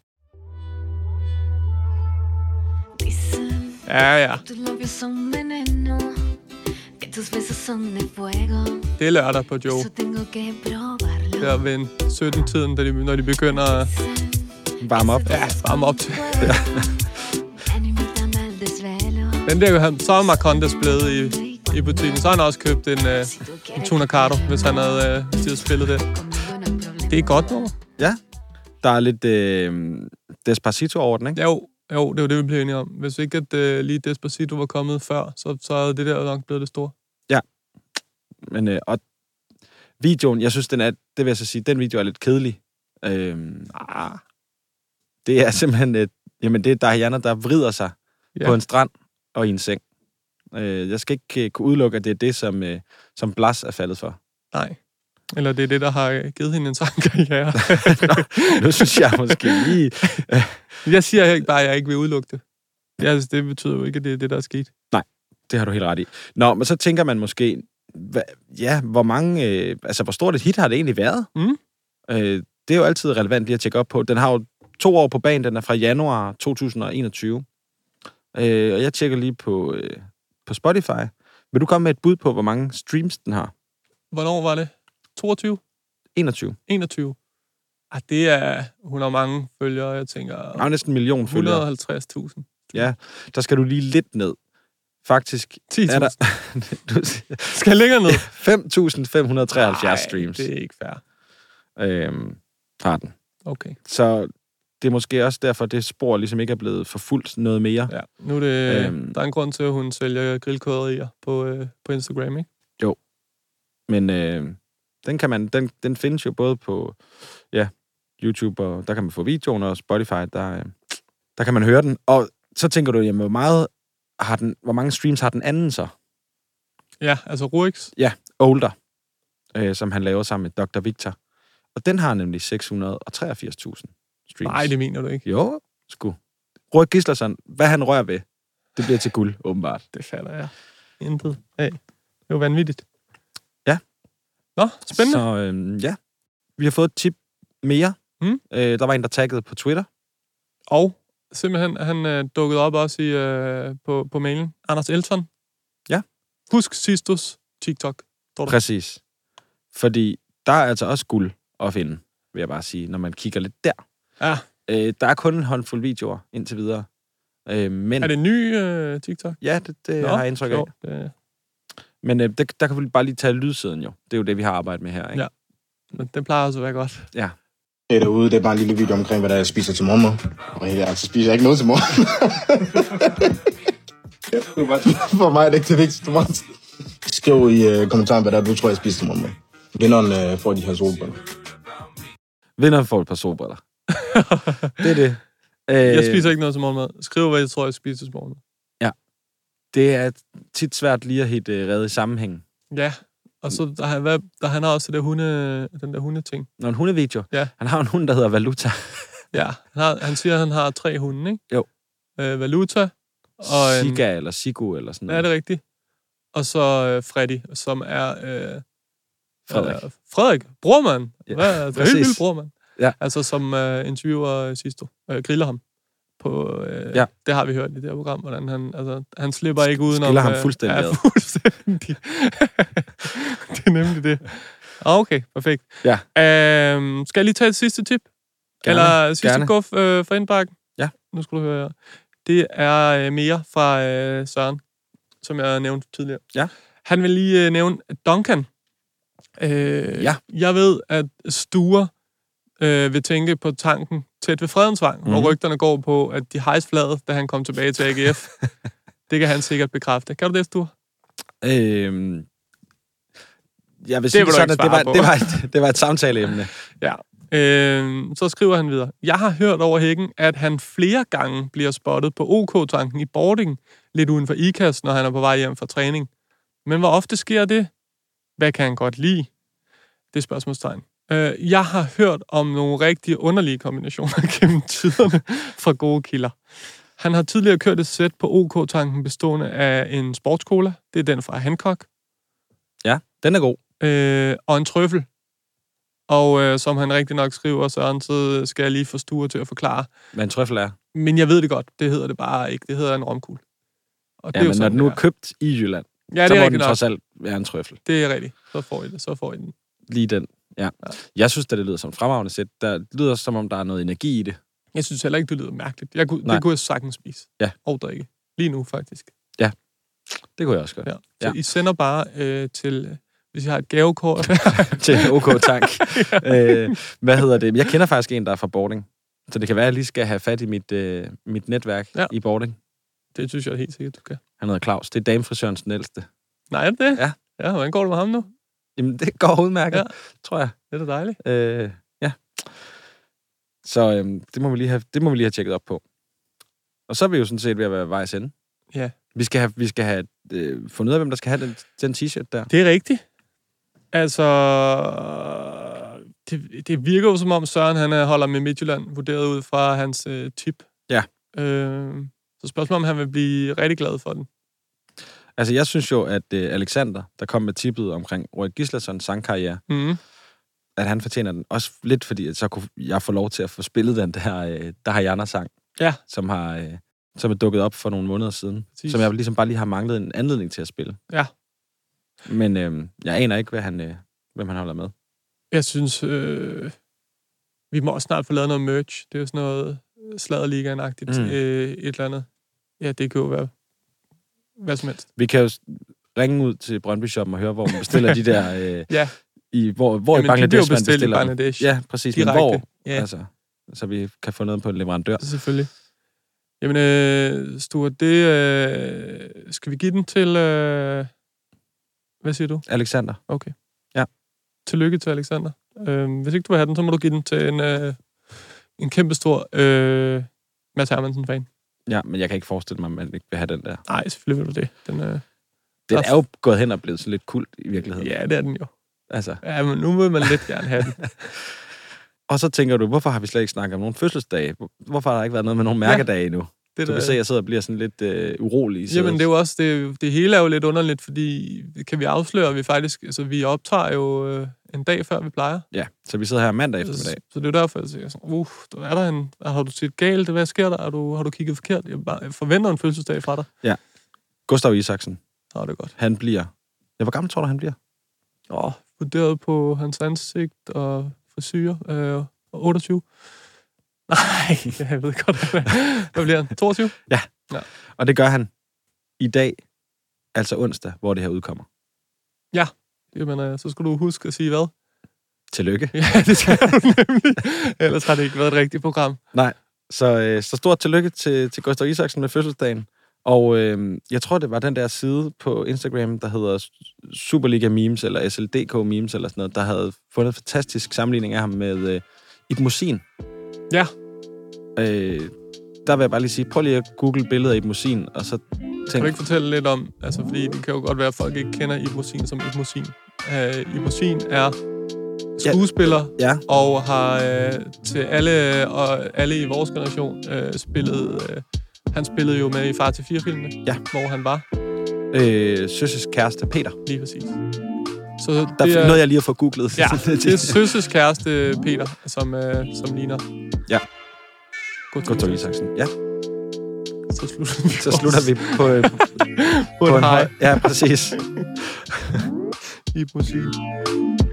Ja, ja. Tus labios son veneno, que tus besos son de fuego. Det er lørdag på Joe. Eso tengo que probarlo. Der ved en 17-tiden, da de, når de begynder at Varm op. ja, varme op til. Ven, invítame al desvelo. Den der, han, så er Marcondes blevet i, i butikken. Så har han også købt en, øh, en tuna cardo, hvis han havde, øh, hvis de havde spillet den. Conmigo no hay problema. Det er godt nummer. Ja. Der er lidt øh, Despacito over den, ikke? Jo, jo, det var det, vi blev enige om. Hvis ikke at øh, lige Despacito var kommet før, så, så havde det der nok blevet det store. Men, øh, og videoen, jeg synes, den er, det vil jeg så sige, den video er lidt kedelig. Øhm, ah. Det er simpelthen, øh, jamen det er Diana, der vrider sig Ja. ja. på en strand og i en seng. Øh, jeg skal ikke øh, kunne udelukke, at det er det, som, øh, som Blas er faldet for. Nej. Eller det er det, der har øh, givet hende en sangkarriere. Nu synes jeg måske lige... jeg siger ikke bare, at jeg ikke vil udelukke det. Ja, altså, det betyder jo ikke, at det er det, der er sket. det har du helt ret i. Nå, men så tænker man måske, hva, ja, hvor mange, øh, altså hvor stort et hit har det egentlig været? Mm. Øh, det er jo altid relevant lige at tjekke op på. Den har jo to år på banen, den er fra januar 2021. Øh, og jeg tjekker lige på, øh, på Spotify. Vil du komme med et bud på, hvor mange streams den har? Hvornår var det? 22? 21. 21? Ah, det er... Hun har mange følgere, jeg tænker... Der er jo næsten en million følgere. 150.000. Ja, der skal du lige lidt ned. Faktisk er der 10.000. Skal jeg længere ned? 5.573 Ej, streams. det er ikke fair. øhm, har den. Okay. Så det er måske også derfor, det spor ligesom ikke er blevet forfulgt noget mere. Ja. Nu er det... Øhm. Øhm. Der er en grund til, at hun sælger grillkøderier på, øh, på Instagram, ikke? Men øh, den, kan man, den, den findes jo både på ja, YouTube, og der kan man få videoen, og Spotify, der, øh, der kan man høre den. Og så tænker du, jamen, hvor, meget har den, hvor mange streams har den anden så? Ja, altså Ruix. Older, øh, som han laver sammen med Dr. Victor. Og den har nemlig 683.000 streams. Nej, det mener du ikke. Jo, sgu. Røg Gislason, hvad han rører ved, det bliver til guld, åbenbart. Det fatter jeg. Intet af. Det var vanvittigt. Ja. Nå, spændende. Så. Så øhm, ja, vi har fået et tip mere. Mm. Øh, der var en, der taggede på Twitter. Og simpelthen, han øh, dukkede op også i, øh, på, på mailen. Anders Elton. Ja. Husk Sistus TikTok. Præcis. Fordi der er altså også guld at finde, vil jeg bare sige, når man kigger lidt der. Ja. Øh, der er kun en håndfuld videoer indtil videre. Øh, men Er det en ny øh, TikTok? ja, det, det har jeg indtryk af. sjovt. Øh, Men øh, der, der kan vi bare lige tage lydsiden jo. Det er jo det, vi har arbejdet med her, ikke? Ja. men den plejer også at være godt. Det derude, det er bare en lille video omkring, hvad der er, jeg spiser til morgenmad. Og helt ærligt, så spiser jeg ikke noget til morgen. For mig er det ikke det vigtigste for mig. Skriv i øh, kommentaren, hvad der er, du tror, jeg spiser til morgenmad. Vinderen øh, får de her solbriller. Vinderen får et par solbriller. det er det. Øh, Jeg spiser ikke noget til morgenmad. Skriv, hvad jeg tror, jeg spiser til morgenmad. Det er tit svært lige at hitte øh, redde i sammenhæng. Ja. Og så, der, han- hvad, der, han har også det der hunde, den der hundeting. Når en hundevideo, Ja. han har en hund, der hedder Valuta. Ja, han, har, han siger, at han har tre hunde, ikke? Jo. Øh, valuta. Og en, Siga eller Sigu eller sådan Ja, det er rigtigt. Og så øh, Freddy, som er... Øh, Frederik. Øh, Frederik, brormand. Ja, Hvad, det er helt præcis. vildt brormand. Ja. Altså, som øh, interviewer øh, Sisto. Øh, griller ham. På, øh, Ja. ja. Det har vi hørt i det her program, hvordan han, altså, han slipper ikke udenom... skiller ham fuldstændig Øh, ad. ja, fuldstændig. det er nemlig det. Ah, Okay, perfekt. Ja. Øhm, skal jeg lige tage et sidste tip? Gerne, Eller sidste gerne. guf øh, fra indbakken? Ja. Nu skal du høre her. Det er øh, mere fra øh, Søren, som jeg nævnte tidligere. Ja. Han vil lige øh, nævne Duncan. Øh, Ja. Jeg ved, at Sture øh, vil tænke på tanken tæt ved Fredensvang, mm-hmm. Mhm. og rygterne går på, at de hejs flaget, da han kom tilbage til AGF. det kan han sikkert bekræfte. Kan du det, Sture? Øhm, jeg vil sige vil det du sådan, ikke at det svare var, på. det, var et, det var et samtaleemne. Øh, så skriver han videre. Jeg har hørt over hækken, at han flere gange bliver spottet på OK-tanken i boarding, lidt uden for IKAS, når han er på vej hjem fra træning. Men hvor ofte sker det? Hvad kan han godt lide? Det er spørgsmålstegn. Øh, jeg har hørt om nogle rigtig underlige kombinationer gennem tiderne fra gode kilder. Han har tidligere kørt et sæt på OK-tanken bestående af en sportskola. Det er den fra Hancock Ja, den er god. øh, og en trøffel. Og øh, som han rigtig nok skriver, Søren, så skal jeg lige få Sture til at forklare. Hvad en trøffel er. Men jeg ved det godt, det hedder det bare ikke. Det hedder en romkugle. Og det Ja, er jo men når sådan, den nu det er købt i Jylland, er. Ja, så det er må den rigtigt nok. trods alt være en trøffel. Det er rigtigt. Så får I det. Så får I den. Lige den. Ja. Ja. Jeg synes, da det lyder som et fremragende sæt. Der det lyder, som om der er noget energi i det. Jeg synes heller ikke, det lyder mærkeligt. Jeg kunne, Nej. det kunne jeg sagtens spise. Ja. Og drikke. Lige nu, faktisk. Det kunne jeg også godt. Ja. Ja. Så I sender bare øh, til, øh, hvis I har et gavekort. Til OK Tank. øh, hvad hedder det? Jeg kender faktisk en, der er fra boarding. Så det kan være, at jeg lige skal have fat i mit, øh, mit netværk ja. Ja. i boarding. det synes jeg helt sikkert, du kan. Han hedder Claus. Det er damefrisørens den ældste. Nej, er det det? Ja. Ja, hvordan går det med ham nu? Jamen, det går udmærket, ja. Ja. tror jeg. Det er da dejligt. Øh, ja. Så øhm, det, må vi lige have, det må vi lige have tjekket op på. Og så er vi jo sådan set ved at være vejs ende. Ja. Vi skal have, vi skal have øh, fundet ud af, hvem der skal have den, den t-shirt der. Det er rigtigt. Altså, det, det virker jo som om Søren han øh, holder med Midtjylland, vurderet ud fra hans øh, tip. Øhm, Ja. Øh, så spørgsmålet er, om han vil blive rigtig glad for den. Altså, jeg synes jo, at øh, Alexander, der kom med tippet omkring Roy Gislassons sangkarriere, Mm. at han fortjener den. Også lidt fordi, at så kunne jeg få lov til at få spillet den der, øh, der har Janna sang, Ja. som har øh, som er dukket op for nogle måneder siden. Præcis. Præcis. Som jeg ligesom bare lige har manglet en anledning til at spille. Ja. Men øh, jeg aner ikke, hvad han, øh, hvem han holder med. Jeg synes, øh, vi må også snart få lavet noget merch. Det er jo sådan noget sladderligaen-agtigt mm. Mm. øh, et eller andet. Ja, det kan jo være hvad som helst. Vi kan jo s- ringe ud til Brøndby Shoppen og høre, hvor man bestiller de der... Øh, Ja. i, hvor, hvor Jamen, i de bliver Bangladesh jo man bestilt i bestiller dem. Bangladesh. Ja, præcis. Men Direkte. hvor? Ja. Ja. Altså, så vi kan få noget på en leverandør. Selvfølgelig. Jamen, øh, Sture, det, øh, skal vi give den til... Øh, hvad siger du? Alexander. Okay. Ja. Tillykke til Alexander. Øh, hvis ikke du vil have den, så må du give den til en, øh, en kæmpe stor øh, Mads Hermansen-fan. Ja, men jeg kan ikke forestille mig, at man ikke vil have den der. Nej, selvfølgelig vil du det. Den, øh, Den Der- er jo gået hen og blevet sådan lidt kult i virkeligheden. ja, det er den jo. Altså. Ja, men nu vil man lidt gerne have den. Og så tænker du, hvorfor har vi slet ikke snakket om nogen fødselsdage? Hvor- Hvorfor har der ikke været noget med nogen mærkedage ja, endnu? Det Det du der- kan se, at jeg sidder og bliver sådan lidt øh, urolig. Så Jamen, det er jo også, det, det hele er jo lidt underligt, fordi kan vi afsløre, at vi faktisk, altså vi optager jo øh, en dag før, vi plejer. Ja, så vi sidder her mandag eftermiddag. Så, så det er derfor, jeg siger sådan, uh, der er der en, har du set galt, hvad sker der, har du, har du kigget forkert? Jeg, bare, jeg forventer en fødselsdag fra dig. Gustav Isaksen, Nå, det er godt. han bliver... Ja, hvor gammel tror du, han bliver? Åh, vurderet på hans ansigt og frisyr, øh, og 28. Nej, jeg ved godt, hvad, hvad bliver han? 22? Og det gør han i dag, altså onsdag, hvor det her udkommer. Jamen, øh, så skulle du huske at sige hvad? Tillykke. Ja, det skal du nemlig. Ellers har det ikke været et rigtigt program. Så, øh, så stort tillykke til, til Gustav Isaksen med fødselsdagen. Og øh, jeg tror, det var den der side på Instagram, der hedder Superliga Memes, eller SLDK Memes, eller sådan noget, der havde fundet en fantastisk sammenligning af ham med øh, Ibn Musin. Ja. Øh, der vil jeg bare lige sige, prøv lige at google billeder af Ibn Musin, og så Kan tænk, du ikke fortælle lidt om, altså fordi det kan jo godt være, at folk ikke kender Ibn Mosin som Ibn Mosin. Øh, Ibn Mosin er skuespiller ja, og har øh, til alle, og alle i vores generation øh, spillet... Øh, han spillede jo med i Far til 4-filmene, Ja. hvor han var øh, Søsses kæreste Peter. lige præcis. Så Der det er... er, nåede jeg lige at få googlet. ja, det er Søsses kæreste, Peter, som, øh, som ligner... Ja. Godt, Gustav Isaksen. Ja, Så slutter vi, så slutter vi på, øh, på, på high. en høj. Ja, præcis. Ibn Mosin.